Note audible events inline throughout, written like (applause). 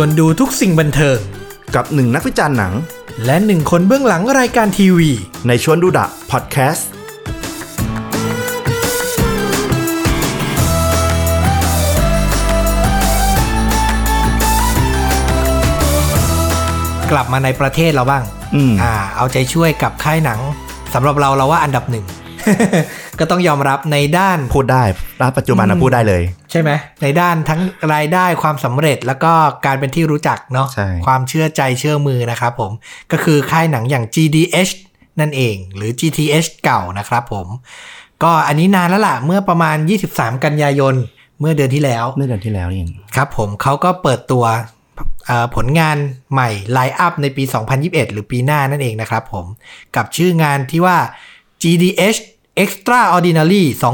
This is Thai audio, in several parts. วนดูทุกสิ่งบันเทิง กับหนึ่งนักวิจารณ์หนัง และหนึ่งคนเบื้องหลังรายการทีวี ในชวนดูดะพอดแคสต์ กลับมาในประเทศเราบ้าง อืม อ่า เอาใจช่วยกับค่ายหนังสำหรับเราเราว่าอันดับหนึ่ง (laughs) ก็ต้องยอมรับในด้าน พูดได้ร้านปัจจุบันนะพูดได้เลย ใช่ไหมในด้านทั้งรายได้ความสำเร็จแล้วก็การเป็นที่รู้จักเนาะ ใช่ ความเชื่อใจเชื่อมือนะครับผม ก็คือค่ายหนังอย่าง GDH นั่นเองหรือ GTH เก่านะครับผม ก็อันนี้นานแล้วล่ะ เมื่อประมาณ 23 กันยายน เมื่อเดือนที่แล้ว เมื่อเดือนที่แล้วนี่เอง ครับผมเขาก็เปิดตัวเอ่อผลงานใหม่ไล n ์อัพในปี 2021 หรือปีหน้านั่นเองนะครับผม กับชื่องานที่ว่า GDH Extraordinary 2021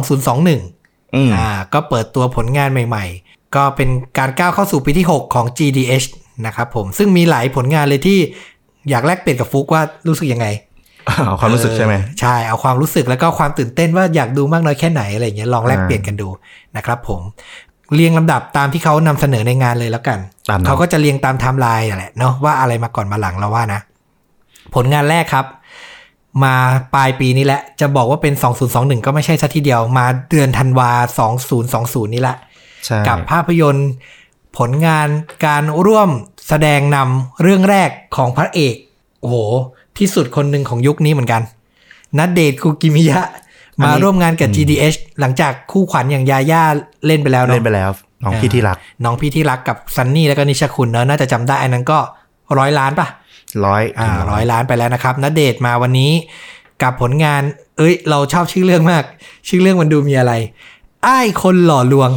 อืม อ่าก็เปิดตัวผลงานใหม่ๆ ก็เป็นการก้าวเข้าสู่ปีที่ 6 ของ GDH นะครับผม ซึ่งมีหลายผลงานเลยที่อยากแลกเปลี่ยนกับฟุกว่ารู้สึกยังไง เอาความรู้สึกใช่ไหม เออใช่ เอาความรู้สึกแล้วก็ความตื่นเต้นว่าอยากดูมากน้อยแค่ไหนอะไรอย่างเงี้ยลองแลก อ่า เปลี่ยนกันดูนะครับผมเรียงลำดับตามที่เขานำเสนอในงานเลยแล้วกัน ตามนั้น เขาก็จะเรียงตามไทม์ไลน์แหละเนาะว่าอะไรมาก่อนมาหลังเราว่านะ ผลงานแรกครับ มาปลายปีนี้แหละ จะบอกว่าเป็น 2021 ก็ไม่ใช่ซะทีเดียวมาเดือนธันวา 2020 นี่แหละ ใช่ กับภาพยนตร์ ผลงานการร่วมแสดงนำเรื่องแรกของพระเอก โอ้โห ที่สุดคนหนึ่งของยุคนี้เหมือนกันนัดเดทคูกิมิยะ มาร่วมงานกับ GDH หลังจากคู่ขวัญอย่างยาย่าเล่นไปแล้วเนาะ เล่นไปแล้วน้อง อ่า พี่ที่รัก น้องพี่ที่รักกับซันนี่แล้วก็นิชคุณเนาะน่าจะจำได้อันนั้นก็ร้อยล้านปะ ร้อย อ่าร้อยล้านไปแล้วนะครับณเดชน์มาวันนี้กับผลงาน เอ้ย เราชอบชื่อเรื่องมาก ชื่อเรื่องมันดูมีอะไร อ้ายคนหล่อลวง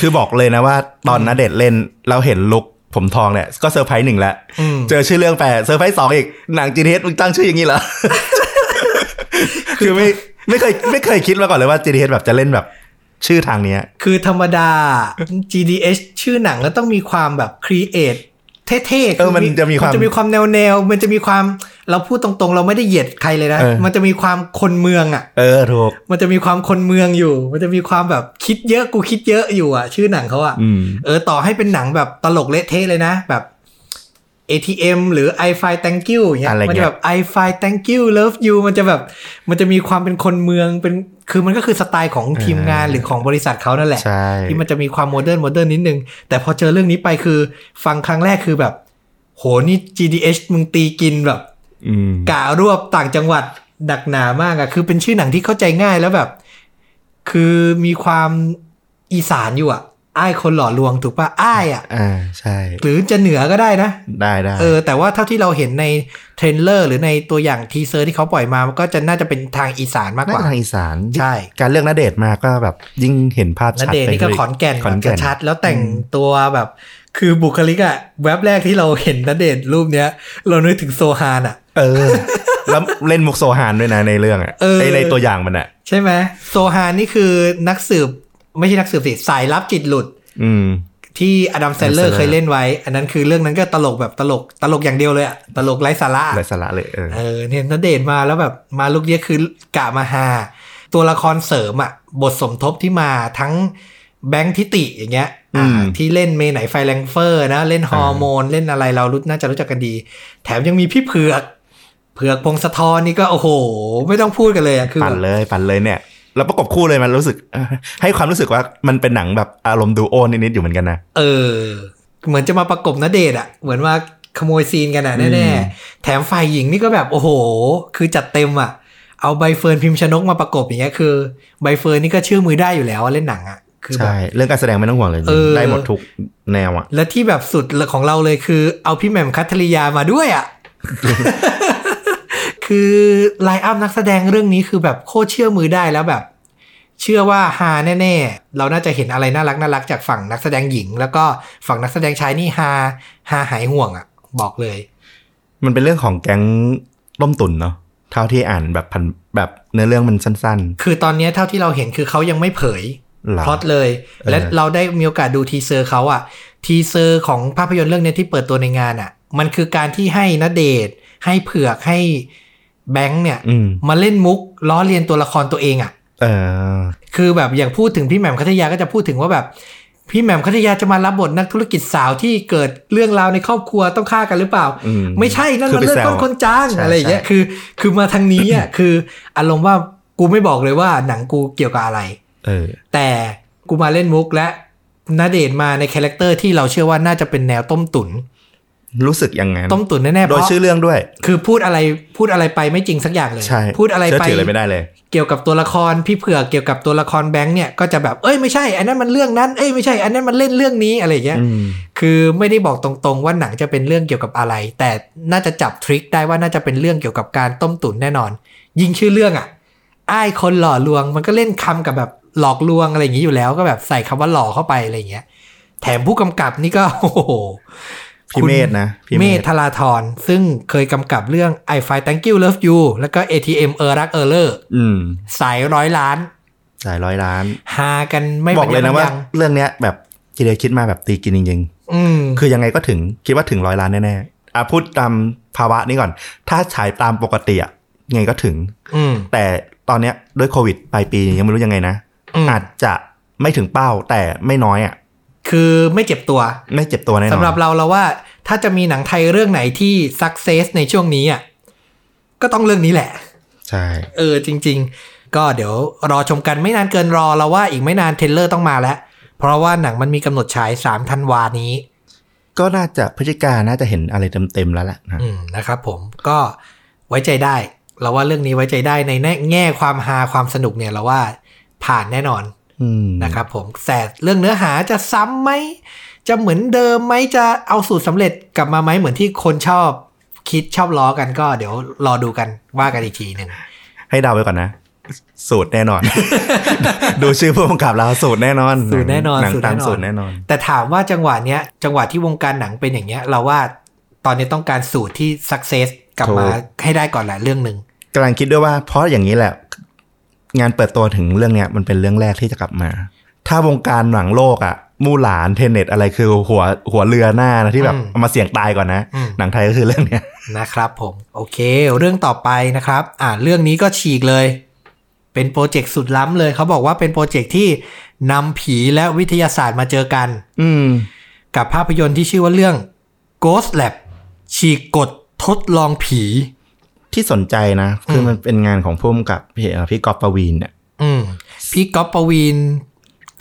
คือบอกเลยนะว่าตอนนาเดชน์เล่นเราเห็นลุกผมทองเนี่ยก็เซอร์ไพรส์หนึ่งแล้ว อืม เจอชื่อเรื่องแปลเซอร์ไพรส์สองอีกหนังจีเทสมึงตั้งชื่ออย่าง (laughs) นี้เหรอ คือไม่ไม่เคยไม่เคยคิดมาก่อนเลยว่าจีเทสแบบจะเล่นแบบชื่อทางเนี้ย คือธรรมดา GDH ชื่อหนังก็ต้องมีความแบบครีเอทเท่ๆ เออมันจะมีความ นจะมีความแนวแนวๆมันจะมีความเราพูดตรงๆ เราไม่ได้เหยียดใครเลยนะ เออ มันจะมีความคนเมืองอ่ะ เออถูก มันจะมีความคนเมืองอยู่ มันจะมีความแบบคิดเยอะกูคิดเยอะอยู่อ่ะ ชื่อหนังเขาอ่ะ อืม เออต่อให้เป็นหนังแบบตลกเละเทะเลยนะ แบบ ATM หรือ i f i thank you อย่างเงี้ย อะไรเงี้ย มันจะแบบ i f i thank you love you มันจะแบบ มันจะมีความเป็นคนเมืองเป็นคือมันก็คือสไตล์ของทีมงานหรือของบริษัทเขานั่นแหละ ใช่ ที่มันจะมีความโมเดิร์นโมเดิร์นนิดนึง แต่พอเจอเรื่องนี้ไปคือ ฟังครั้งแรกคือแบบ โหนี่ GDH มึงตีกินแบบ อืม กะรวบต่างจังหวัดดักหนามากอะคือเป็นชื่อหนังที่เข้าใจง่ายแล้วแบบ คือมีความอีสานอยู่อะอ้ายคนหล่อลวงถูกปะอ้ายอะ อ่าใช่ หรือจะเหนือก็ได้นะ ได้ได้ เออ แต่ว่าเท่าที่เราเห็นในเทรนเลอร์หรือในตัวอย่างทีเซอร์ที่เขาปล่อยมามันก็จะน่าจะเป็นทางอีสานมาก น่าก ว่า จะทางอีสาน ใช่ การเลือกนาเดชน์มาก็แบบยิ่งเห็นภาพ ณ ชัด เดชน์ ไป นี่ก็ เลย ขอนแก่น ขอน แบ แก่ บ น ชัดๆแล้วแต่งตัวแบบ คือบุคลิกอะแวบแรกที่เราเห็นณเดชน์รูปเนี้ย เรานึกถึงโซฮานอะ เออ แล้วเล่นมุกโซฮานด้วยนะในเรื่องอ่ะ เออ ในในตัวอย่างมันอ่ะ ใช่ไหมโซฮานนี่คือนักสืบ ไม่ใช่นักสืบสิสายลับจิตหลุด อืม ที่อดัมเซนเลอ Sandler ร์เคยเล่นไว้ อันนั้นคือเรื่องนั้นก็ตลกแบบตลกตลกอย่างเดียวเลยอะตลกไร้สาระ ไรสาระเลยเออ เออเนี่ยนเดชน์มาแล้วแบบมาลูกเนี้ยคือกะมาหา ตัวละครเสริมอะบทสมทบที่มาทั้งแบงค์ทิติอย่างเงี้ยอ่าที่เล่นเมไหนไฟแรงเฟอร์นะ เล่นฮอร์โมน เล่นอะไรเรารู้น่าจะรู้จักกันดี แถมยังมีพี่เผือกเผือกพงศธรนี่ก็โอ้โห ไม่ต้องพูดกันเลยอะคือ ปั่ แบ น บ เลยปั่นเลยเนี่ยแล้วประกบคู่เลยมันรู้สึก (laughs) เออให้ความรู้สึกว่ามันเป็นหนังแบบอารมณ์ดูโอนิดๆอยู่เหมือนกันนะ เออ เหมือนจะมาประกบนเดชน์อ่ะ เหมือนว่าขโมยซีนกันอ่ะ อื แน่ ม ๆ แถมฝ่ายหญิงนี่ก็แบบโอ้โห คือจัดเต็มอ่ะ เอาใบเฟิร์นพิมพ์ชนกมาประกบอย่างเงี้ยคือใบเฟิร์นนี่ก็เชื่อมือได้อยู่แล้วว่าเล่นหนังอ่ะ คือแบบ ใช่ เรื่องการแสดงไม่ต้องห่วงเลย เออ ได้หมดทุกแนวอ่ะ และที่แบบสุดของเราเลยคือ เอาพี่แหม่มคัทธริยามาด้วยอ่ะ (laughs) คือไลน์อัพนักแสดงเรื่องนี้คือแบบโคตรเชื่อมือได้แล้วแบบ เชื่อว่าฮาแน่ๆ เราน่าจะเห็นอะไรน่ารักน่ารักจากฝั่งนักแสดงหญิง แล้วก็ฝั่งนักแสดงชายนี่ฮาฮาหายห่วงอ่ะ บอกเลย มันเป็นเรื่องของแก๊งล่มตุนเนาะเท่าที่อ่านแบบพันแบบเนื้อเรื่องมันสั้น คือตอนเนี้ยเท่าที่เราเห็นคือเขายังไม่เผย ๆหรอ พล็อตเลย เออ และเราได้มีโอกาสดูทีเซอร์เขาอะทีเซอร์ของภาพยนตร์เรื่องเนี้ยที่เปิดตัวในงานอะมันคือการที่ให้นเดชน์ให้เผือกให้แบงค์เนี่ย อืม มาเล่นมุกล้อเลียนตัวละครตัวเองอะ เออ คือแบบอย่างพูดถึงพี่แหม่มคัทยาก็จะพูดถึงว่าแบบ พี่แหม่มคัทยาจะมารับบทนักธุรกิจสาวที่เกิดเรื่องราวในครอบครัวต้องฆ่ากันหรือเปล่า อืม ไม่ใช่นั่น คือ มัน ไป เรื่อง แซว ต้นคนจ้าง ใช่ อะไรอย่างเงี้ย ใช่ คือคือมาทางนี้อ่ะ คืออารมณ์ว่ากูไม่บอกเลยว่าหนังกูเกี่ยวกับอะไร เออ แต่กูมาเล่นมุกและนาเดชน์มาในคาแรคเตอร์ที่เราเชื่อว่าน่าจะเป็นแนวต้มตุ๋น รู้สึกอย่างนั้น ต้มตุ๋นแน่ๆเพ โดย ราะ ชื่อเรื่องด้วย คือพูดอะไรพูดอะไรไปไม่จริงสักอย่างเลย ใช่ พูดอะไร เชื่ ไป อถืออะไรไม่ได้เลย เกี่ยวกับตัวละครพี่เผือกเกี่ยวกับตัวละครแบงค์เนี่ยก็จะแบบเอ้ยไม่ใช่อันนั้นมันเรื่องนั้นเอ้ยไม่ใช่อันนั้นมันเล่นเรื่องนี้อะไรอย่างเงี้ย อืม คือไม่ได้บอกตรงๆว่าหนังจะเป็นเรื่องเกี่ยวกับอะไร แต่น่าจะจับทริคได้ว่าน่าจะเป็นเรื่องเกี่ยวกับการต้มตุ๋นแน่นอน ยิงชื่อเรื่องอ่ะอ้ายคนหล่อลวง มันก็เล่นคำกับแบบหลอกลวงอะไรอย่างงี้อยู่แล้วก็แบบใส่คำว่าหล่อเข้าไปอะไรอย่างเงี้ยแถมผู้กำกับนี่ก็ (laughs) โอ้โห พี่เมธนะพี่ คุณ เม เม ธ ธธาราธรซึ่งเคยกำกับเรื่อง I Fight Thank You Love You แล้วก็ ATM เออรักเออเลอร์ อืม สายร้อยล้าน หลายร้อยล้าน หากันไม่ บอกเลยนะว่า ง เรื่องเนี้ยแบบคิดเลยคิดมาแบบตีกินจริง อืม ๆ คือยังไงก็ถึงคิดว่าถึงร้อยล้านแน่ๆอ่ะพูดตามภาวะนี้ก่อน ถ้าฉายตามปกติอ่ะยังไงก็ถึง อืม แต่ตอนเนี้ยด้วยโควิดปลายปียังไม่รู้ยังไงนะ อืม อาจจะไม่ถึงเป้าแต่ไม่น้อยอ่ะ คือไม่เจ็บตัว ไม่เจ็บตัวแน่นอน สำหรับเราเราว่า ถ้าจะมีหนังไทยเรื่องไหนที่สักเซสในช่วงนี้อ่ะก็ต้องเรื่องนี้แหละ ใช่ เออจริง ๆ ก็เดี๋ยวรอชมกันไม่นานเกินรอเราว่าอีกไม่นานเทรลเลอร์ต้องมาแล้ว เพราะว่าหนังมันมีกำหนดฉาย3ธันวานี้ ก็น่าจะพฤศจิกาน่าจะเห็นอะไรเต็มๆแล้วแหละนะ อืมนะครับผมก็ไว้ใจได้ เราว่าเรื่องนี้ไว้ใจได้ในแง่แง่ความฮาความสนุกเนี่ยเราว่าผ่านแน่นอน อืม นะครับผมแต่เรื่องเนื้อหาจะซ้ำไหม จะเหมือนเดิมไหมจะเอาสูตรสำเร็จกลับมาไหมเหมือนที่คนชอบคิดชอบล้อกันก็เดี๋ยวรอดูกันว่ากันอีกทีหนึ่ง ให้เดาไว้ก่อนนะ สูตรแน่นอน (laughs) ดูชื่อผู้กำกับเราสูตรแน่นอน สูตรแน่นอน หนัง สูตร ตาม แน่นอน สูตรแน่นอน แต่ถามว่าจังหวะเนี้ยจังหวะที่วงการหนังเป็นอย่างเงี้ย เราว่าตอนนี้ต้องการสูตรที่สักเซสกลับมา ถูก ให้ได้ก่อนแหละเรื่องหนึ่ง กำลังคิดด้วยว่าเพราะอย่างนี้แหละ งานเปิดตัวถึงเรื่องเนี้ยมันเป็นเรื่องแรกที่จะกลับมา ถ้าวงการหนังโลกอะมู่หลานเทนเน็ตอะไรคือหัวหัวเรือหน้านะที่แบบเอามาเสี่ยงตายก่อนนะ อืม หนังไทยก็คือเรื่องเนี้ย นะครับผมโอเค เรื่องต่อไปนะครับ อ่าเรื่องนี้ก็ฉีกเลย เป็นโปรเจกต์สุดล้ำเลย เขาบอกว่าเป็นโปรเจกต์ที่นำผีและวิทยาศาสตร์มาเจอกัน อืม กับภาพยนตร์ที่ชื่อว่าเรื่อง Ghost Lab ฉีกกฎทดลองผี ที่สนใจนะ คือมันเป็นงานของพุ่มกับพี่เอ่อพี่กอบปวีนเนี่ย อืมพี่ก๊อฟปวีน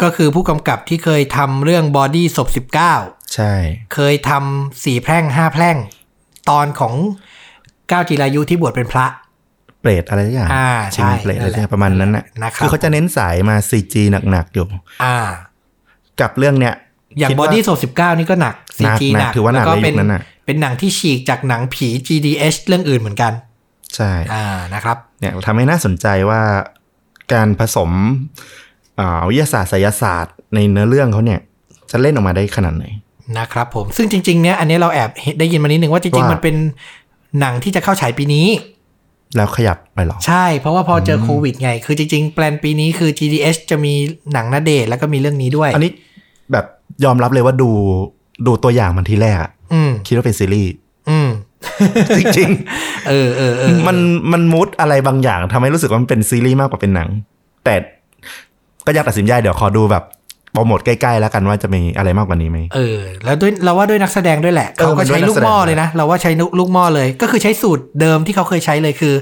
ก็คือผู้กำกับที่เคยทำเรื่อง Body ศพ19 ใช่ เคยทำสี่แพร่งห้าแพร่ง ตอนของก้าวจีรายุที่บวชเป็นพระ เปรตอะไรสักอย่าง อ่า ชิง ใช่ เปรต นั่ อะไร นแหละ สักอย่างประมาณนั้นน่ะ นะครับ คือเขาจะเน้นสายมาซีจีหนักๆอยู่ อ่า กับเรื่องเนี้ย อย่าง คิดว่ Body ศพ19 นี่ก็หนัก CG หหนักนัก ถือว่าหนัก แล้ก็ ในยุค เป็น นั้นน่ะ เป็นหนังที่ฉีกจากหนังผี GDH เรื่องอื่นเหมือนกัน ใช่ อ่านะครับ เนี่ยทำให้น่าสนใจว่าการผสมอ่าวิทยาศาสตร์ไสยศาสตร์ในเนื้อเรื่องเขาเนี่ย จะเล่นออกมาได้ขนาดไหน นะครับผมซึ่งจริงๆเนี่ยอันนี้เราแอบเห็นได้ยินมานิดนึงว่าจริง ๆ ว่ามั มันเป็นหนังที่จะเข้าฉายปีนี้ แล้วขยับไปหรอ ใช่ เพราะว่าพอเจอโควิดไง คือจริง ๆ แปลนปีนี้คือ GDS จะมีหนังนาเดทแล้วก็มีเรื่องนี้ด้วย อันนี้แบบยอมรับเลยว่าดูดูตัวอย่างมันทีแรกอะ อืม คิดว่าเป็นซีรีส์ อืม จริง เออเออเออ ๆ มันมันมูดอะไรบางอย่างทำให้รู้สึกว่ามันเป็นซีรีส์มากกว่าเป็นหนัง แต่ก็ยังตัดสินใจเดี๋ยวขอดูแบบโปรโมทใกล้ๆแล้วกันว่าจะมีอะไรมากกว่านี้ไหม เออ แล้วด้วยเราว่าด้วยนักแสดงด้วยแหละ เออ เขาก็ใช้ มันด้วยนัก ลูกหม้อ แสดง เลยนะ เราว่าใช้ลูกหม้อเลย ก็คือใช้สูตรเดิมที่เขาเคยใช้เลยคือ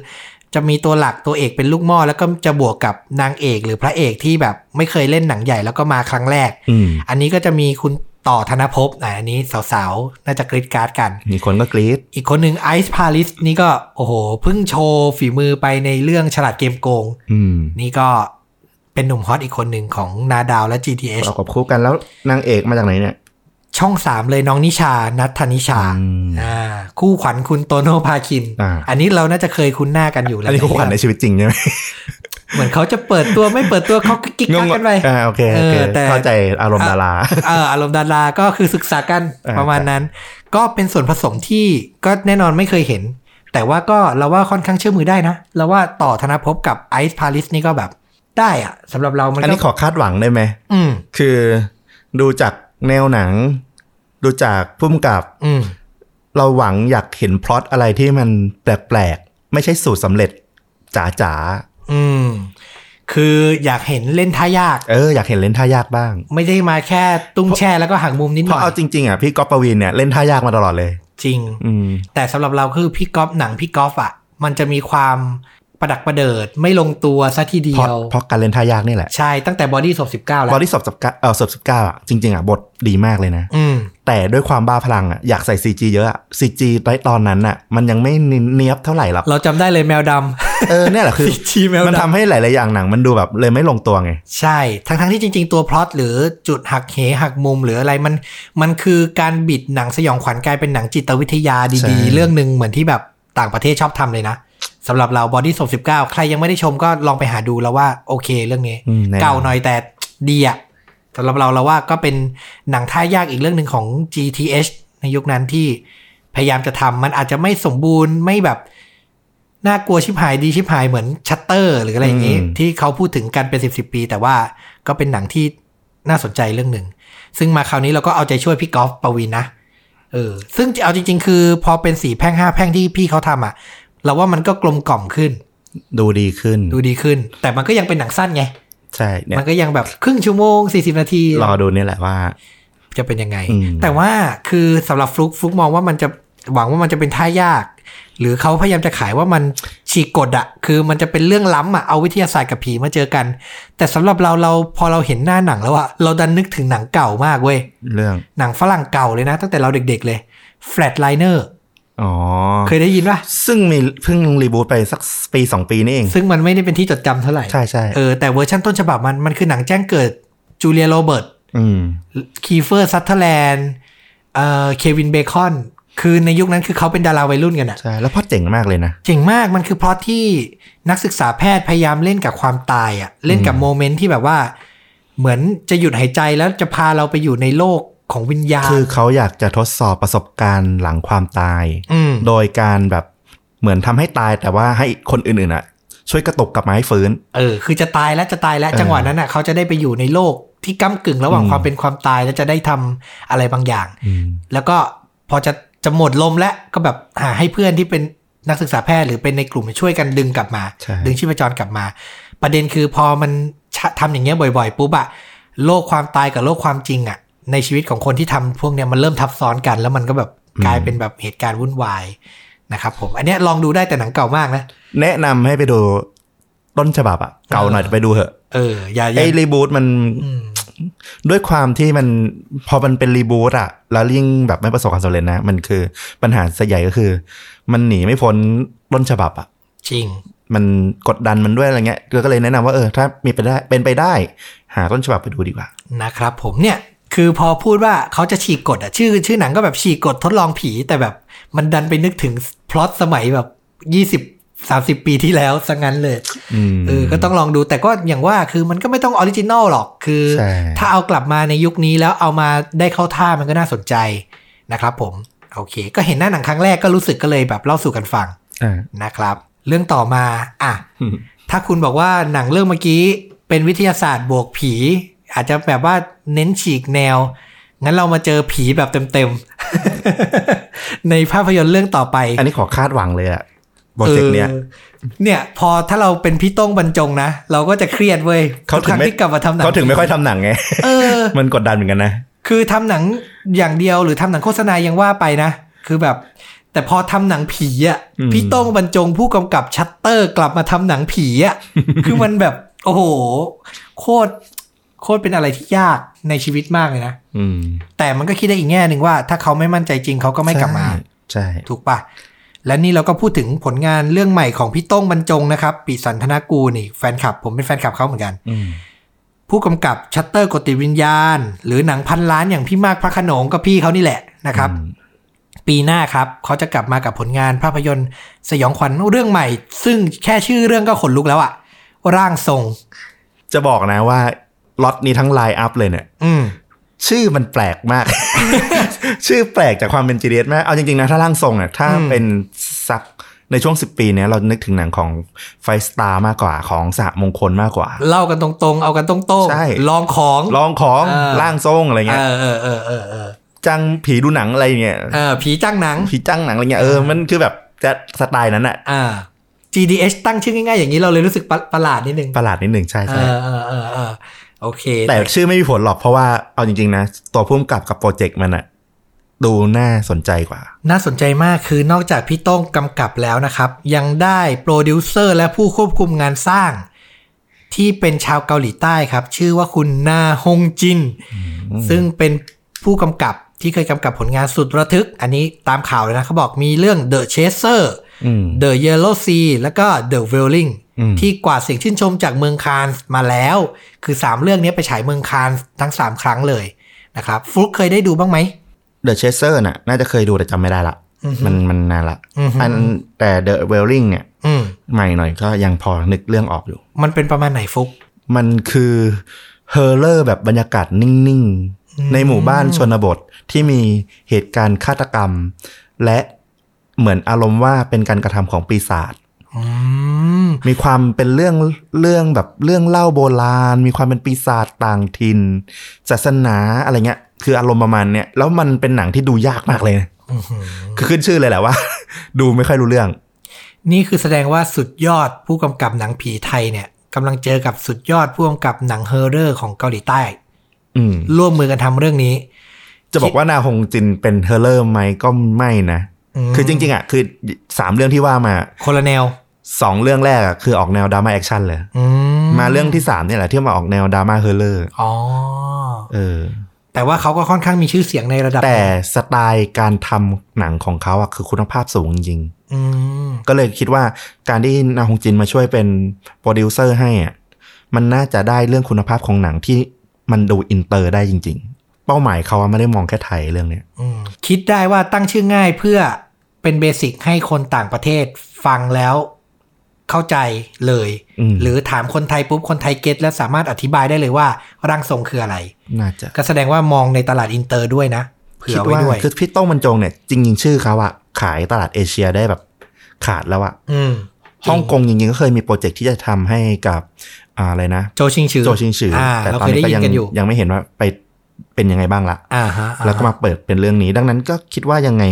จะมีตัวหลักตัวเอกเป็นลูกหม้อแล้วก็จะบวกกับนางเอกหรือพระเอกที่แบบไม่เคยเล่นหนังใหญ่แล้วก็มาครั้งแรก อืม อันนี้ก็จะมีคุณต่อธนภพอ่ะอันนี้สาวๆ น่าจะกรีดกราร์ดกัน มีคนก็กรี๊ด อีกคนหนึ่งไอซ์พาริสนี่ก็โอ้โหเพิ่งโชว์ฝีมือไปในเรื่องฉลาดเกมโกง อืม นี่ก็เป็นหนุ่มฮอตอีกคนหนึ่งของนาดาวและ GTH ประกอบคู่กันแล้วนางเอกมาจากไหนเนี่ย ช่องสามเลยน้องนิชา นัทธนิชา อืม อ่าคู่ขวัญคุณโตโนภาคิน อ่า อันนี้เราน่าจะเคยคุ้นหน้ากันอยู่แล้ว อันนี้คู่ขวัญในชีวิตจริงใช่ไหม เหมือนเขาจะเปิดตัวไม่เปิดตัวเขาก็กิ๊กกักกันไป อ่าโอเคโอเค เออแต่ เข้าใจอารมณ์ดารา (laughs) เอออารมณ์ดาราก็คือศึกษากัน อ่า ประมาณนั้น ก็เป็นส่วนผสมที่ก็แน่นอนไม่เคยเห็น แต่ว่าก็เราว่าค่อนข้างเชื่อมือได้นะเราว่าต่อธนภพกับไอซ์พาริสนี่ก็แบบได้อะสำหรับเรามัน อัน ก็ นี้ขอคาดหวังได้ไหม อืม คือดูจากแนวหนัง ดูจากพุ่มกับ อืม เราหวังอยากเห็นพล็อตอะไรที่มันแปลกๆ ไม่ใช่สูตรสำเร็จจ๋า อืม คืออยากเห็นเล่นท่ายาก เอออยากเห็นเล่นท่ายากบ้าง ไม่ได้มาแค่ตุ้งแช่แล้วก็หักมุมนิดห เพ น่ ราะ อย เอาจริง ๆอ่ะพี่ก๊อฟปวีนเนี่ยเล่นท่ายากมาตลอดเลย จริง อืม แต่สำหรับเราคือพี่ก๊อฟหนังพี่ก๊อฟอ่ะ มันจะมีความประดักประเดิดไม่ลงตัวซะทีเดี เพราะ ยว เพราะการเล่นท่ายากนี่แหละ ใช่ตั้งแต่บอดี้ศพสิบเก้าแล้ว บอดี้สอบสิบเก้าเออสอบสิบเก้าอ่ะจริงๆอ่ะบทดีมากเลยนะ อืม แต่ด้วยความบ้าพลังอ่ะอยากใส่ CG เยอะอ่ะ CG ในตอนนั้นอ่ะ มันยังไม่เนียบเท่าไหร่หรอก เราจำได้เลยแมวดำ เอ (laughs) อเนี่ยแหละคือ CG แมวดำ มันทำให้หลายๆอย่างหนังมันดูแบบเลยไม่ลงตัวไง ใช่ ทั้งๆที่จริง ๆ ตัวพล็อตหรือจุดหักเหหักมุมหรืออะไรมัน มันคือการบิดหนังสยองขวัญกลายเป็นหนังจิตวิทยาดี ใช่ ๆ เรื่องหนึ่งเหมือนที่แบบต่างประเทศชอบทำเลยนะสำหรับเราบอดี้ศพสิบเก้าใครยังไม่ได้ชมก็ลองไปหาดูแล้วว่าโอเคเรื่องนี้ อืมแ เก่าหน่อยแต่ดีอะสำหรับเราเราว่าก็เป็นหนังท่ายากอีกเรื่องหนึ่งของ GTH ในยุคนั้นที่พยายามจะทำมันอาจจะไม่สมบูรณ์ไม่แบบ น่ากลัวชิบหายดีชิบหายเหมือนชัตเตอร์ หรืออะไรอย่างนี้ อืม ที่เขาพูดถึงกันเป็นสิบสิบปี แต่ว่าก็เป็นหนังที่น่าสนใจเรื่องหนึ่ง ซึ่งมาคราวนี้เราก็เอาใจช่วยพี่กอล์ฟปวีณนะเออ ซึ่งเอาจริง ๆ คือพอเป็นสีแพร่งห้าแพร่งที่พี่เขาทำอ่ะ เราว่ามันก็กลมกล่อมขึ้น ดูดีขึ้น ดูดีขึ้น แต่มันก็ยังเป็นหนังสั้นไง ใช่เนี่ย มันก็ยังแบบครึ่งชั่วโมง 40 นาที รอดูเนี่ยแหละว่า จะเป็นยังไง อืม แต่ว่าคือสำหรับฟลุกฟลุกมองว่ามันจะหวังว่ามันจะเป็นท่ายาก หรือเขาพยายามจะขายว่ามันฉีกกฎอะคือมันจะเป็นเรื่องล้ำอะเอาวิทยาศาสตร์กับผีมาเจอกัน แต่สำหรับเราเราพอเราเห็นหน้าหนังแล้วอะเราดันนึกถึงหนังเก่ามากเว้ย เรื่อง หนังฝรั่งเก่าเลยนะ ตั้งแต่เราเด็กๆเลย Flatliner อ๋อ เคยได้ยินป่ะ ซึ่งมีเพิ่งรีบูตไปสักปีสองปีนี่เอง ซึ่งมันไม่ได้เป็นที่จดจำเท่าไหร่ ใช่ใช่ เออแต่เวอร์ชันต้นฉบับมันมันคือหนังแจ้งเกิดจูเลียโรเบิร์ต อืม คีเฟอร์ซัตเทอร์แลนด์เอ่อเควินเบคอน คือในยุคนั้นคือเขาเป็นดาราวัยรุ่นกันอะ ใช่ แล้วพ่อเจ๋งมากเลยนะ เจ๋งมากมันคือพล็อตที่นักศึกษาแพทย์พยายามเล่นกับความตายอะเล่นกับโมเมนต์ที่แบบว่า เหมือนจะหยุดหายใจแล้วจะพาเราไปอยู่ในโลกของวิญญาณ คือเขาอยากจะทดสอบประสบการณ์หลังความตาย อืม โดยการแบบเหมือนทำให้ตายแต่ว่าให้คนอื่นๆอ่ะ ช่วยกระตุกกลับมาให้ฟื้น เออคือจะตายแล้วจะตายแล้ว เออ จังหวะนั้นอะเขาจะได้ไปอยู่ในโลกที่ก้ากึ่งระหว่าง อืม ความเป็นความตายแล้วจะได้ทำอะไรบางอย่าง อืม แล้วก็พอจะจะหมดลมแล้วก็แบบหาให้เพื่อนที่เป็นนักศึกษาแพทย์หรือเป็นในกลุ่มช่วยกันดึงกลับมา ใช่ ดึงชีพจรกลับมา ประเด็นคือพอมันชะทำอย่างเงี้ยบ่อยๆปุ๊บอะโลกความตายกับโลกความจริงอะในชีวิตของคนที่ทำพวกเนี้ยมันเริ่มทับซ้อนกัน แล้วมันก็แบบกลายเป็นแบบเหตุการณ์วุ่นวายนะครับผม อันเนี้ยลองดูได้แต่หนังเก่ามากนะ แนะนำให้ไปดูต้นฉบับอะเก่าหน่อยแต่ไปดูเถอะ เออ อย่าอย่า ไอ้รีบูตมัน อืม ด้วยความที่มันพอมันเป็นรีบูตอะแล้วยิ่งแบบไม่ประสบความสำเร็จนะ มันคือปัญหาสใหญ่ก็คือ มันหนีไม่พ้นต้นฉบับอะ จริง มันกดดันมันด้วยอะไรเงี้ยก็เลยแนะนำว่าเออถ้ามีไปได้เป็นไปได้ หาต้นฉบับไปดูดีกว่า นะครับผมเนี่ยคือพอพูดว่าเขาจะฉีกกฎอะชื่อ ชื่อหนังก็แบบฉีกกฎทดลองผีแต่แบบมันดันไปนึกถึงพล็อตสมัยแบบ 20 30 ปีที่แล้วซะงั้นเลย อืม เออก็ต้องลองดูแต่ก็อย่างว่าคือมันก็ไม่ต้องออริจินอลหรอกคือ ใช่ ถ้าเอากลับมาในยุคนี้แล้วเอามาได้เข้าท่ามันก็น่าสนใจนะครับผม โอเค ก็เห็นหน้าหนังครั้งแรกก็รู้สึกก็เลยแบบเล่าสู่กันฟัง อ่า นะครับ เรื่องต่อมาอ่ะ ถ้าคุณบอกว่าหนังเรื่องเมื่อกี้เป็นวิทยาศาสตร์บวกผี อาจจะแบบว่าเน้นฉีกแนว งั้นเรามาเจอผีแบบเต็มๆ (laughs) ในภาพยนตร์เรื่องต่อไป อันนี้ขอคาดหวังเลยอะโปรเจกต์เนี้ย ออเนี่ยพอถ้าเราเป็นพี่โต้งบรรจงนะ เราก็จะเครียดเว้ย เขา ทุก ถึ ค ง รั้ง ไม่ ที่กลับมาทำหนัง เขาถึงไม่ค่อยทำหนังไง (laughs) เออ มันกดดันเหมือนกันนะ คือทำหนังอย่างเดียวหรือทำหนังโฆษณายังว่าไปนะ คือแบบ แต่พอทำหนังผีอะ่ะ อืม พี่โต้งบรรจงผู้กำกับชัตเตอร์กลับมาทำหนังผี (laughs) อะ่ะ คือมันแบบ โอ้โห โคตรโคตรเป็นอะไรที่ยากในชีวิตมากเลยนะ อืม แต่มันก็คิดได้อีกแง่หนึ่งว่า ถ้าเขาไม่มั่นใจจริงเขาก็ไม่กลับมา ใช่ ถูกปะและนี่เราก็พูดถึงผลงานเรื่องใหม่ของพี่โต้งบรรจงนะครับปีสันธนากูลนี่แฟนคลับ ผมเป็นแฟนคลับเขาเหมือนกัน อืม ผู้กำกับชัตเตอร์กฎติวิญญาณ หรือหนังพันล้านอย่างพี่มากพระโขนงก็พี่เขานี่แหละนะครับ ปีหน้าครับเขาจะกลับมากับผลงานภาพยนตร์ สยองขวัญเรื่องใหม่ ซึ่งแค่ชื่อเรื่องก็ขนลุกแล้วอะร่างทรง จะบอกนะว่าล็อตนี้ทั้งไลน์อัพเลยเนี่ย อืม ชื่อมันแปลกมาก (laughs) ชื่อแปลกจากความเป็นจีเดียสมาก เอาจริงๆนะ ถ้าร่างทรงเนี่ยถ้า อืม เป็นสักในช่วงสิบปีเนี้ยเรานึกถึงหนังของไฟสตาร์มากกว่าของสหมงคลมากกว่า เล่ากันตรงๆ เอากันตรง ใช่ ลองของ ลองของ เออ ร่างทรงอะไรเงี้ย เออเออเออเออเออ จังผีดูหนังอะไรเงี้ย เออผีจ้างหนัง ผีจ้างหนังอะไรเงี้ยเออมันคือแบบจะสไตล์นั้นอะ อ่า GDH ตั้งชื่อง่ายๆอย่างนี้เราเลยรู้สึกประประหลาดนิดนึง ประหลาดนิดหนึ่งใช่ เอ ใช่ อเออเออเออโอเค แต่ชื่อไม่มีผลหรอกเพราะว่าเอาจริง ๆ นะ ตัวพุ่มกับกับโปรเจกต์มันอะดูน่าสนใจกว่า น่าสนใจมากคือนอกจากพี่โต้งกำกับแล้วนะครับ ยังได้โปรดิวเซอร์และผู้ควบคุมงานสร้าง ที่เป็นชาวเกาหลีใต้ครับ ชื่อว่าคุณนาฮงจิน ซึ่งเป็นผู้กำกับที่เคยกำกับผลงานสุดระทึก อันนี้ตามข่าวเลยนะเขาบอกมีเรื่อง The Chaser อืม The Yellow Sea แล้วก็ The Wailing อืม ที่กวาดเสียงชื่นชมจากเมืองคานส์มาแล้ว คือ 3 เรื่องนี้ไปฉายเมืองคานส์ทั้ง 3 ครั้งเลยนะครับฟลุกเคยได้ดูบ้างไหม The Chaser น่ะ น่าจะเคยดูแต่จำไม่ได้ละ มันมันนานละ อือฮึ อันแต่ The Wailing เนี่ย อืม ใหม่หน่อยก็ยังพอนึกเรื่องออกอยู่ มันเป็นประมาณไหนฟลุก มันคือเฮอร์เลอร์แบบบรรยากาศนิ่ง ๆ ในหมู่บ้านชนบทที่มีเหตุการณ์ฆาตกรรม และเหมือนอารมณ์ว่าเป็นการกระทำของปีศาจ อืม มีความเป็นเรื่องเรื่องแบบเรื่องเล่าโบราณ มีความเป็นปีศาจต่างถิ่นศาสนาอะไรเงี้ย คืออารมณ์ประมาณเนี้ยแล้วมันเป็นหนังที่ดูยากมากเลยนะคือขึ้นชื่อเลยแหละว่า (laughs) ดูไม่ค่อยรู้เรื่อง นี่คือแสดงว่าสุดยอดผู้กำกับหนังผีไทยเนี่ยกำลังเจอกับสุดยอดผู้กำกับหนังเฮอร์เรอร์ของเกาหลีใต้ อืม ร่วมมือกันทำเรื่องนี้ จะบอกว่านาฮงจินเป็นเฮอร์เลอร์ไหมก็ไม่นะ อืม คือจริง ๆ อ่ะ คือสามเรื่องที่ว่ามา คนละแนว สองเรื่องแรกอ่ะคือออกแนวดราม่าแอคชั่นเลย อืม มาเรื่องที่สามเนี่ยแหละที่มาออกแนวดราม่าเฮอร์เลอร์ อ๋อ เออ แต่ว่าเขาก็ค่อนข้างมีชื่อเสียงในระดับ แต่สไตล์การทำหนังของเขาอ่ะคือคุณภาพสูงจริงๆ อืม ก็เลยคิดว่าการที่นาฮงจินมาช่วยเป็นโปรดิวเซอร์ให้อ่ะมันน่าจะได้เรื่องคุณภาพของหนังที่มันดูอินเตอร์ได้จริง ๆ เป้าหมายเขาอะไม่ได้มองแค่ไทยเรื่องเนี้ย อืมคิดได้ว่าตั้งชื่อง่ายเพื่อเป็นเบสิกให้คนต่างประเทศฟังแล้วเข้าใจเลย อืม หรือถามคนไทยปุ๊บ คนไทยเก็ตแล้วสามารถอธิบายได้เลยว่าร่างทรงคืออะไร น่าจะ ก็แสดงว่ามองในตลาดอินเตอร์ด้วยนะ เผื่อไว้ด้วย คือพี่โต้งบรรจงเนี่ยจริง ๆ ชื่อเขาอะขายตลาดเอเชียได้แบบขาดแล้วอะ อืม ฮ่องกงจริงๆ ก็เคยมีโปรเจกต์ที่จะทำให้กับอ่าอะไรนะ โจชิงชือ โจชิงฉืออา แต่ เรา ตอน เคย นี้ ได้ยินก็ยัง กันอยู่ ยังไม่เห็นว่าไปเป็นยังไงบ้างละ อ่าฮะอ่ฮะ แล้วก็มาเปิดเป็นเรื่องนี้ ดังนั้นก็คิดว่ายังไง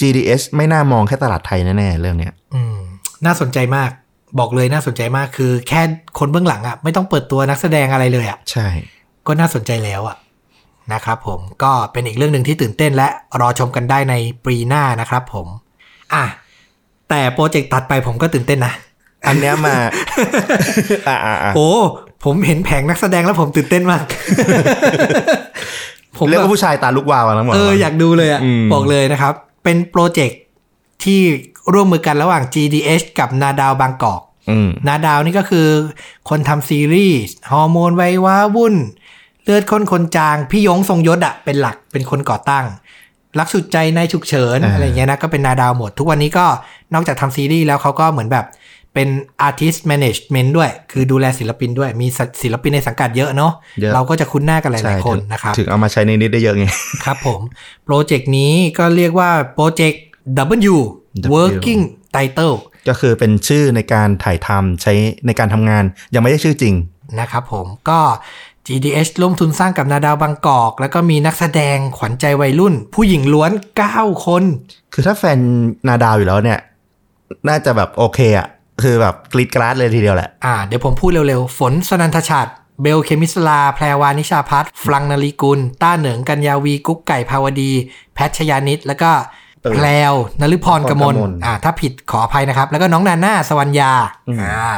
GDS ไม่น่ามองแค่ตลาดไทยแน่ๆเรื่องเนี้ย อืมน่าสนใจมาก บอกเลยน่าสนใจมากคือ แค่คนเบื้องหลังอ่ะไม่ต้องเปิดตัวนักแสดงอะไรเลยอ่ะ ใช่ ก็น่าสนใจแล้วอะนะครับผมก็เป็นอีกเรื่องหนึ่งที่ตื่นเต้นและรอชมกันได้ในปีหน้านะครับผม อ่ะ แต่โปรเจกต์ตัดไปผมก็ตื่นเต้นนะ อันเนี้ย (laughs) มา อ่ะอ่ะอ่ะ โอ้ผมเห็นแผงนักแสดงแล้วผมตื่นเต้นมาก ผม เรียก แบบ ว่าผู้ชายตาลูกวาวอะนะหมอ เอออยากดูเลยอะ อืม บอกเลยนะครับ เป็นโปรเจกต์ที่ร่วมมือกันระหว่าง GDH กับนาดาวบางกอก อืม นาดาวนี่ก็คือคนทำซีรีส์ฮอร์โมนไว้ว้าวุ่น เลือดข้นคนจาง พี่ยงทรงยศอะเป็นหลักเป็นคนก่อตั้ง รักสุดใจในฉุกเฉิน อ่า อะไรอย่างเงี้ยนะก็เป็นนาดาวหมด ทุกวันนี้ก็นอกจากทำซีรีส์แล้วเขาก็เหมือนแบบเป็น Artist Management ด้วย คือดูแลศิลปินด้วยมีศิลปินในสังกัดเยอะเนาะ เยอะ เราก็จะคุ้นหน้ากันห ใช่ ลายๆคนนะครับ ถึงเอามาใช้ในนิดได้เยอะไง (laughs) ครับผม โปรเจกต์นี้ก็เรียกว่าโปรเจกต์ W Working Title ก็คือเป็นชื่อในการถ่ายทำใช้ในการทำงาน ยังไม่ได้ชื่อจริง นะครับผมก็ GDH ร่วมทุนสร้างกับนาดาวบางกอก แล้วก็มีนักแสดงขวัญใจวัยรุ่น ผู้หญิงล้วน 9 คน คือถ้าแฟนนาดาวอยู่แล้วเนี่ย น่าจะแบบโอเคอ่ะ คือแบบกรีดกราดเลยทีเดียวแหละ อ่าเดี๋ยวผมพูดเร็วๆ ฝนสนันทชาติ เบลเคมิสลา แพรวานิชาพัฒน์ฟลังนาลีกุล ต้าเหนิงกัญญาวี กุ๊กไก่ภาวดี แพทชยานิต แล้วก็ เออ แพรวนฤพรกมล กมล อ่าถ้าผิดขออภัยนะครับ แล้วก็น้องนาน่าสวรรยา อืม อ่า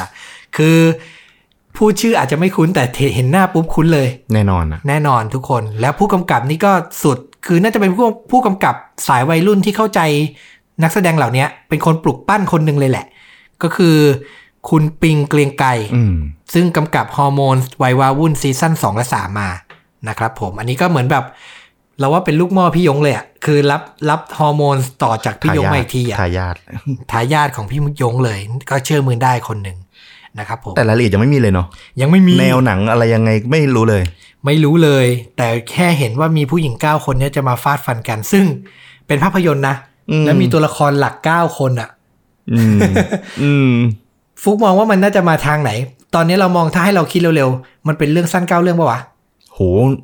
คือพูดชื่ออาจจะไม่คุ้นแต่เห็นหน้าปุ๊บคุ้นเลย แน่นอนอ่ะ แน่นอนทุกคนแล้วผู้กำกับนี่ก็สุดคือน่าจะเป็นผู้ผู้กำกับสายวัยรุ่นที่เข้าใจนักแสดงเหล่านี้เป็นคนปลุกปั้นคนหนึ่งเลยแหละ ก็คือคุณปิงเกรียงไกร อืม ซึ่งกำกับฮอร์โมนวัยวาวุ่นซีซั่น2 และ 3 มานะครับผมอันนี้ก็เหมือนแบบ เราว่าเป็นลูกหม่อพี่ยงเลยอะ่ะคือรับรับฮอร์โมนต่อจากพี่ยงมาอีกทีอะ ทายาท ทายาทของพี่ยงเลย ก็เชื่อมือได้คนหนึ่งนะครับผม แต่รายละเอียดยังไม่มีเลยเนาะ ยังไม่มี แนวหนังอะไรยังไงไม่รู้เลย ไม่รู้เลย แต่แค่เห็นว่ามีผู้หญิง 9 คนเนี้จะมาฟาดฟันกัน ซึ่งเป็นภาพยนตร์นะ อืม และมีตัวละครหลัก 9 คนอะ อื (laughs) ม อืม ฟุกมองว่ามันน่าจะมาทางไหน ตอนนี้เรามองถ้าให้เราคิดเร็วๆ มันเป็นเรื่องสั้นเก้าเรื่องปะวะ โห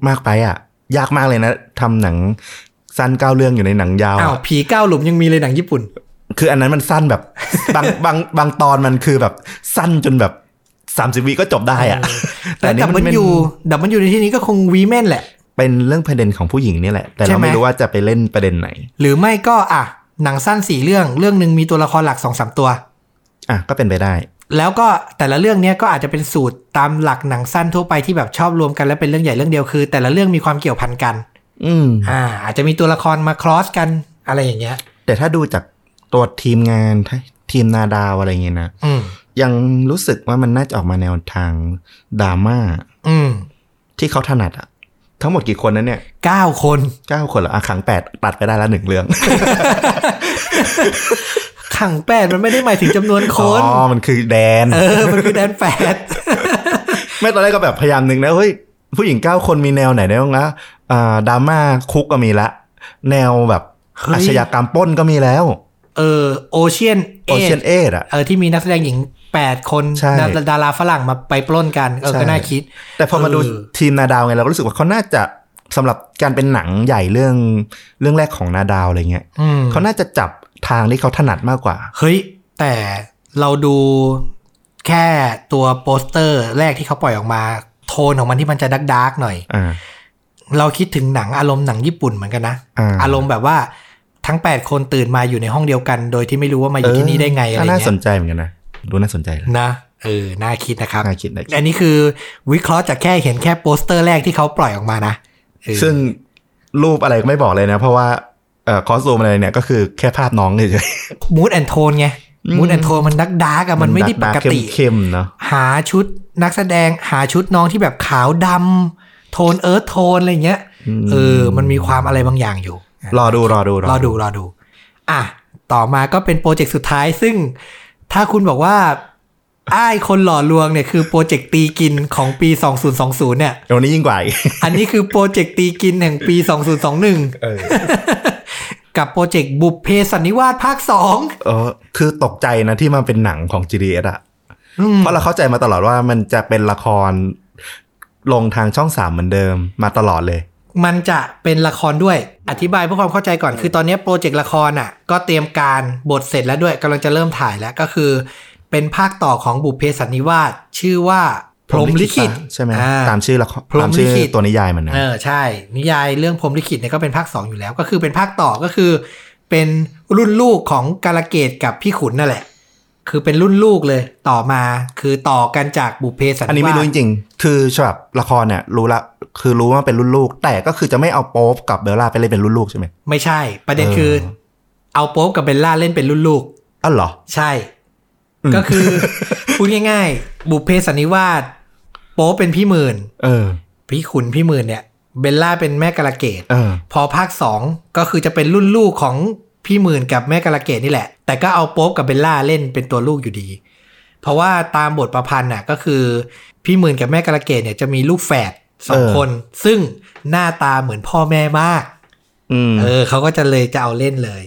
มากไปอ่ะ ยากมากเลยนะทำหนังสั้นเก้าเรื่องอยู่ในหนังยาว อ้าว อะ ผีเก้าหลุมยังมีเลยหนังญี่ปุ่น คืออันนั้นมันสั้นแบบ (laughs) บางบางบางตอนมันคือแบบสั้นจนแบบสามสิบวิก็จบได้อะ (laughs) แต่ อั ดับ มั มัน น เป็น อยู่ดับมันอยู่ในที่นี้ก็คงวีแมนแหละ เป็นเรื่องประเด็นของผู้หญิงเนี่ยแหละ แต่ ใช่ เรา ไหม ไม่รู้ว่าจะไปเล่นประเด็นไหน หรือไม่ก็อ่ะหนังสั้นสี่เรื่องเรื่องหนึ่งมีตัวละครหลักสองสามตัว อ่ะก็เป็นไปได้ แล้วก็แต่ละเรื่องเนี้ยก็อาจจะเป็นสูตรตามหลักหนังสั้นทั่วไปที่แบบชอบรวมกันแล้วเป็นเรื่องใหญ่เรื่องเดียวคือ แต่ละเรื่องมีความเกี่ยวพันกัน อืม อ่า อาจจะมีตัวละครมาครอสกันอะไรอย่างเงี้ย แต่ถ้าดูจากตัวทีมงานทีมนาดาวอะไรเงี้ยนะ อืม ยังรู้สึกว่ามันน่าจะออกมาแนวทางดราม่า อืม ที่เขาถนัดอะทั้งหมดกี่คนนะเนี่ย เก้าคน เก้าคนเหรออ่ะขังแปดตัดไปได้ละหนึ่งเรื่อง ขังแปดมันไม่ได้หมายถึงจำนวนคน อ๋อ มันคือแดน เออ มันคือแดนแปด แม่ตอนแรกก็แบบพยายามนึกนะเฮ้ยผู้หญิงเก้าคนมีแนวไหนได้บ้างนะอ่าดราม่าคุกก็มีละ แนวแบบ เฮ้ย อาชญากรรมปล้นก็มีแล้ว เออโอเชียน โอ เอ เชียนเอทอะ เออที่มีนักแสดงหญิงแปดคน ใช่ ดาราดาราฝรั่งมาไปปล้นกันเออ ใช่ ก็น่าคิด แต่พอมาดู เออ ทีมนาดาวไงเราก็รู้สึกว่าเขาน่าจะสำหรับการเป็นหนังใหญ่เรื่องเรื่องแรกของนาดาวอะไรเงี้ย อืม เขาน่าจะจับทางที่เขาถนัดมากกว่า เฮ้ย แต่เราดูแค่ตัวโปสเตอร์แรกที่เขาปล่อยออกมา โทนของมันที่มันจะดักดาร์กๆหน่อย อ่า เราคิดถึงหนังอารมณ์หนังญี่ปุ่นเหมือนกันนะ อ่า รมณ์แบบว่าทั้ง 8 คนตื่นมาอยู่ในห้องเดียวกัน โดยที่ไม่รู้ว่ามาอยู่ที่นี่ได้ไงอะไร ก็น่า เงี้ สน ย ใจเหมือนกันนะ ดูน่าสนใจนะ นะเออน่าคิดนะครับ น่าคิดนะ อันนี้คือวิเคราะห์จากแค่เห็นแค่โปสเตอร์แรกที่เขาปล่อยออกมานะเออ ซึ่งรูปอะไรก็ไม่บอกเลยนะ เพราะว่าเอ่อคอสตูมอะไรเนี่ยก็คือแค่ภาพน้องเฉย มูดแอนโทนไง อืม มูดแอนโทนมันดักดาร์กอะ ๆ มันไม่ได้ปกติ เข้มๆเนาะ หาชุดนักแสดงหาชุดน้องที่แบบขาวดำโทนเอิร์ธโทนอะไรเงี้ย อืม เออ มันมีความอะไรบางอย่างอยู่ รอดูรอดู รอดูรอดู อ่ะ ต่อมาก็เป็นโปรเจกต์สุดท้ายซึ่ง ถ้าคุณบอกว่า อ้ายคนหล่อลวงเนี่ยคือโปรเจกต์ตีกินของปี 2020 เนี่ย เดี๋ยววันนี้ยิ่งกว่าอีก อันนี้คือโปรเจกต์ตีกินแห่งปี 2021 เออ กับโปรเจกต์บุพเพสันนิวาสภาค เออคือตกใจนะที่มันเป็นหนังของ g d s อ่ะ อืม เพราะเราเข้าใจมาตลอดว่ามันจะเป็นละครลงทางช่องสามเหมือนเดิมมาตลอดเลย 2 มันจะเป็นละครด้วย อธิบายเพื่อความเข้าใจก่อน คือตอนนี้โปรเจกต์ละครอ่ะ ก็เตรียมการบทเสร็จแล้วด้วยกำลังจะเริ่มถ่ายแล้วก็คือ เป็นภาคต่อของบุพเพสันนิวาสชื่อว่าพรหมลิขิต ใช่ไหม อ่ ตามชื่อละคร พรหม ตามชื่อ ลิขิต ตัวนิยายมันนะ เออใช่ นิยายเรื่องพรหมลิขิตเนี่ยก็เป็นภาค 2 อยู่แล้ว ก็คือเป็นภาคต่อก็คือ เป็นรุ่นลูกของกาลเกตกับพี่ขุนนั่นแหละ คือเป็นรุ่นลูกเลยต่อมาคือต่อกันจากบุพเพสันนิวาส อันนี้ไม่รู้จริงๆ คือฉบับละครเนี่ยรู้ละคือรู้ว่าเป็นรุ่นลูก แต่ก็คือจะไม่เอาโป๊ปกับเบลล่าไปเล่นเป็นรุ่นลูกใช่ไหม ไม่ใช่ ประเด็นคือ เออ เอาโป๊ปกับเบลล่าเล่นเป็นรุ่นลูก อ้าวเหรอ ใช่ ก็คือ พูดง่ายๆ บุพเพสันนิวาสโป๊ปเป็นพี่หมื่น เออ พี่ขุนพี่หมื่นเนี่ยเบลล่าเป็นแม่กาลเกต เออ พอภาค 2 ก็คือจะเป็นรุ่นลูกของพี่หมื่นกับแม่กาลเกตนี่แหละ แต่ก็เอาโป๊ปกับเบลล่าเล่นเป็นตัวลูกอยู่ดี เพราะว่าตามบทประพันธ์น่ะก็คือ พี่หมื่นกับแม่กาลเกตเนี่ยจะมีลูกแฝดสอง เออ คน ซึ่งหน้าตาเหมือนพ่อแม่มาก อืม เออเขาก็จะเลยจะเอาเล่นเลย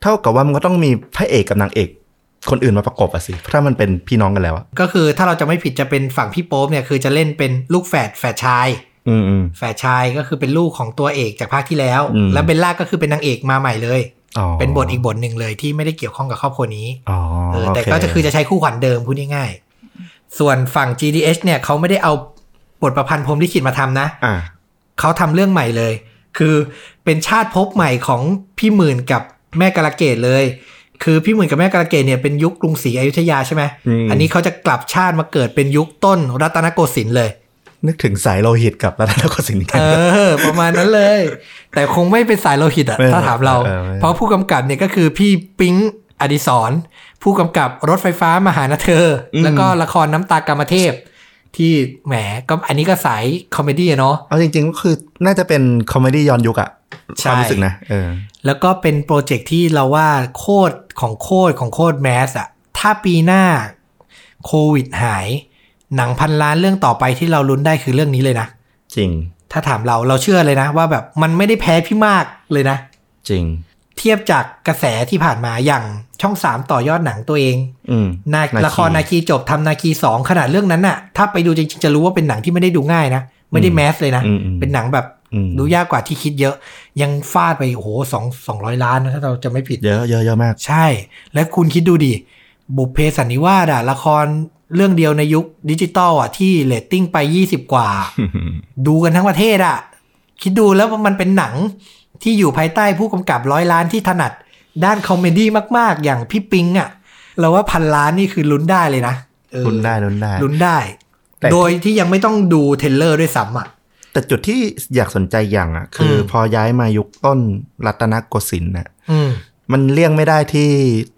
เท่ากับว่ามันก็ต้องมีพระเอกกับนางเอก คนอื่นมาประกบอะสิถ้ามันเป็นพี่น้องกันแล้วอะ ก็คือถ้าเราจะไม่ผิดจะเป็นฝั่งพี่โป๊ปเนี่ยคือจะเล่นเป็นลูกแฝดแฝดชาย อืมอืม แฝดชายก็คือเป็นลูกของตัวเอกจากภาคที่แล้ว อืม และเบลล่าก็คือเป็นนางเอกมาใหม่เลย อ๋อ เป็นบทอีกบทหนึ่งเลยที่ไม่ได้เกี่ยวข้องกับครอบครัวนี้ อ๋อ เออแต่ โเ ก็จะคือจะใช้คู่ขวัญเดิมพูดง่ายๆ ส่วนฝั่ง GDH เนี่ยเขาไม่ได้เอาบทประพันธ์พรหมลิขิตมาทำนะ อ่ะ เขาทำเรื่องใหม่เลย คือเป็นชาติภพใหม่ของพี่หมื่นกับแม่กาลเกตเลย คือพี่หมื่นกับแม่กาลเกตเนี่ยเป็นยุคกรุงศรีอยุธยาใช่ไหม ม อันนี้เขาจะกลับชาติมาเกิดเป็นยุคต้นรัตนโกสินทร์เลย นึกถึงสายโลหิตกับรัตนโกสินทร์กั เอน อ ประมาณนั้นเลย แต่คงไม่เป็นสายโลหิตอ่ะ ไม่ ถ้าถามเรา เออไม่ เพราะผู้กำกับเนี่ยก็คือพี่ปิ๊งอดิศรผู้กำกับรถไฟฟ้ามาหานะเธออแล้วก็ละครน้ำตากรรมเทพ ที่แหมก็อันนี้ก็สายคอมเมดี้อะเนาะ เอาจริงๆก็คือน่าจะเป็นคอมเมดี้ย้อนยุคอะ ใช่ ความรู้สึกนะเออ แล้วก็เป็นโปรเจกต์ที่เราว่าโคตรของโคตรของโคตรแมสอะถ้าปีหน้าโควิดหาย หนังพันล้านเรื่องต่อไปที่เราลุ้นได้คือเรื่องนี้เลยนะ จริง ถ้าถามเราเราเชื่อเลยนะ ว่าแบบมันไม่ได้แพ้พี่มากเลยนะ จริง เทียบจากกระแสที่ผ่านมาอย่างช่องสามต่อยอดหนังตัวเอง อืม นา นาคี ละครนาคีจบทำนาคีสองขนาดเรื่องนั้นน่ะ ถ้าไปดูจริงๆจะรู้ว่าเป็นหนังที่ไม่ได้ดูง่ายนะ ไม่ได้แมสเลยนะ อืมอืม เป็นหนังแบบ อืม ดูยากกว่าที่คิดเยอะ ยังฟาดไปโอ้โหสองสองร้อยล้านนะถ้าเราจะไม่ผิด เยอะเยอะเยอะมาก ใช่ และคุณคิดดูดิ บุพเพสันนิวาสอะละครเรื่องเดียวในยุคดิจิตอลอะที่เลตติ้งไป 20 กว่า ดูกันทั้งประเทศอะคิดดูแล้วมันเป็นหนังที่อยู่ภายใต้ผู้กำกับร้อยล้านที่ถนัดด้านคอมเมดี้มาก ๆ อย่างพี่ปิงอะเราว่าพันล้านนี่คือลุ้นได้เลยนะเออ ลุ้นได้ลุ้นได้ ลุ้นได้ แต่ โดยที่ยังไม่ต้องดูเทรลเลอร์ด้วยซ้ำอะ แต่จุดที่อยากสนใจอย่างอ่ะ คืออ ม พอย้ายมายุคต้นรัตนโกสินทร์น่ะ อืม มันเลี่ยงไม่ได้ที่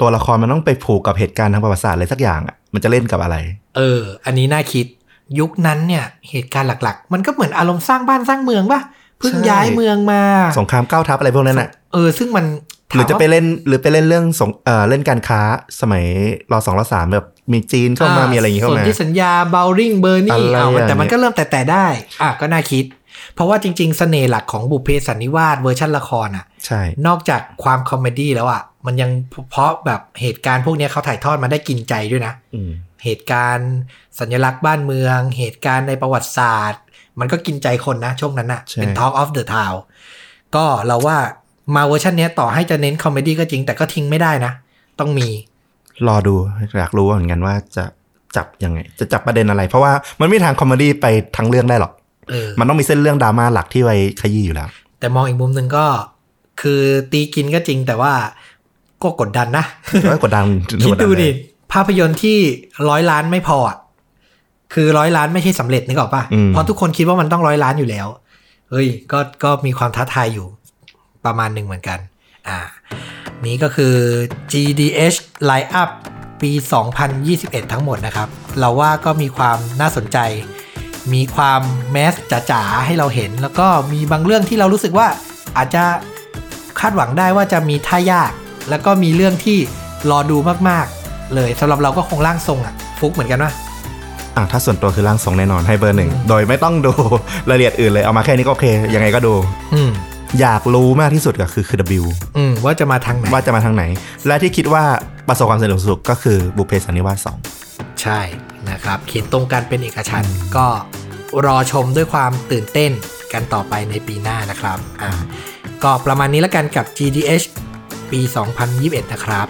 ตัวละครมันต้องไปผูกกับเหตุการณ์ทางประวัติศาสตร์อะไรสักอย่างอ่ะ มันจะเล่นกับอะไร เออ อันนี้น่าคิด ยุคนั้นเนี่ย เหตุการณ์หลักๆ มันก็เหมือนอารมณ์สร้างบ้านสร้างเมืองป่ะ เพิ่ง ใช่ ย้ายเมืองมา สงครามเก้าทัพอะไรพวกนั้นอ่ะ เออ ซึ่งมัน หรือจะไป ถามว่า เล่นหรือไปเล่นเรื่องสงเออเล่นการค้าสมัยรอสองรอสามแบบมีจีนเข้ามามีอะไรอย่างงี้เข้า ส่วน มา ที่สัญญาเบลริงเบอร์นี่ อะไร เอามันแต่ อย่างเงี้ย มันก็เริ่มแต่แต่ได้ อ่ะก็น่าคิด เพราะว่าจริง ๆ เสน่ห์หลักของบุพเพสันนิวาสเวอร์ชันละครอ่ะ ใช่ นอกจากความคอมเมดี้แล้วอ่ะ มันยังเพราะแบบเหตุการณ์พวกเนี้ยเขาถ่ายทอดมาได้กินใจด้วยนะ อืม เหตุการณ์สัญลักษณ์บ้านเมือง เหตุการณ์ในประวัติศาสตร์ มันก็กินใจคนนะ ช่วงนั้นน่ะ ใช่ เป็น Talk of the Town ก็เราว่ามาเวอร์ชันเนี้ยต่อให้จะเน้นคอมเมดี้ก็จริงแต่ก็ทิ้งไม่ได้นะ ต้องมี รอดูอยากรู้เหมือนกันว่าจะจับยังไง จะจับประเด็นอะไร เพราะว่ามันไม่มีทางคอมเมดี้ไปทั้งเรื่องได้หรอก เออ มันต้องมีเส้นเรื่องดราม่าหลักที่ไว้ขยี้อยู่แล้ว แต่มองอีกมุมหนึ่งก็ คือตีกินก็จริงแต่ว่าก็กดดันนะ ก็กดดัน คิดดูดิ กน ภาพยนตร์ที่ร้อยล้านไม่พออะคือร้อยล้านไม่ใช่สำเร็จนึกออกปะ อืม เพราะทุกคนคิดว่ามันต้องร้อยล้านอยู่แล้ว เฮ้ย ก็ก็มีความท้าทายอยู่ประมาณหนึ่งเหมือนกัน อ่า นี้ก็คือ GDH Line Up ปี 2021 ทั้งหมดนะครับ เราว่าก็มีความน่าสนใจ มีความแมสจ๋าๆ ให้เราเห็น แล้วก็มีบางเรื่องที่เรารู้สึกว่าอาจจะคาดหวังได้ว่าจะมีท่ายาก แล้วก็มีเรื่องที่รอดูมากๆ เลยสำหรับเราก็คงร่างทรงอะฟุกเหมือนกันว่า อ่ะถ้าส่วนตัวคือร่างทรงแน่นอนให้เบอร์หนึ่ง โดยไม่ต้องดู (laughs) รายละเอียดอื่นเลย เอามาแค่นี้ก็โอเค ยังไงก็ดู อืม อยากรู้มากที่สุดก็คือคือ W อืม ว่าจะมาทางไหน ว่าจะมาทางไหน และที่คิดว่าประสบความสำเร็จสุดก็คือบุพเพสันนิวาส ใช่นะครับเขียนตรงกันเป็นเอกชันท์ก็รอชมด้วยความตื่นเต้นกันต่อไปในปีหน้านะครับ อ่า ก็ประมาณนี้แล้วกันกับ GDH ปี 2021 นะครับ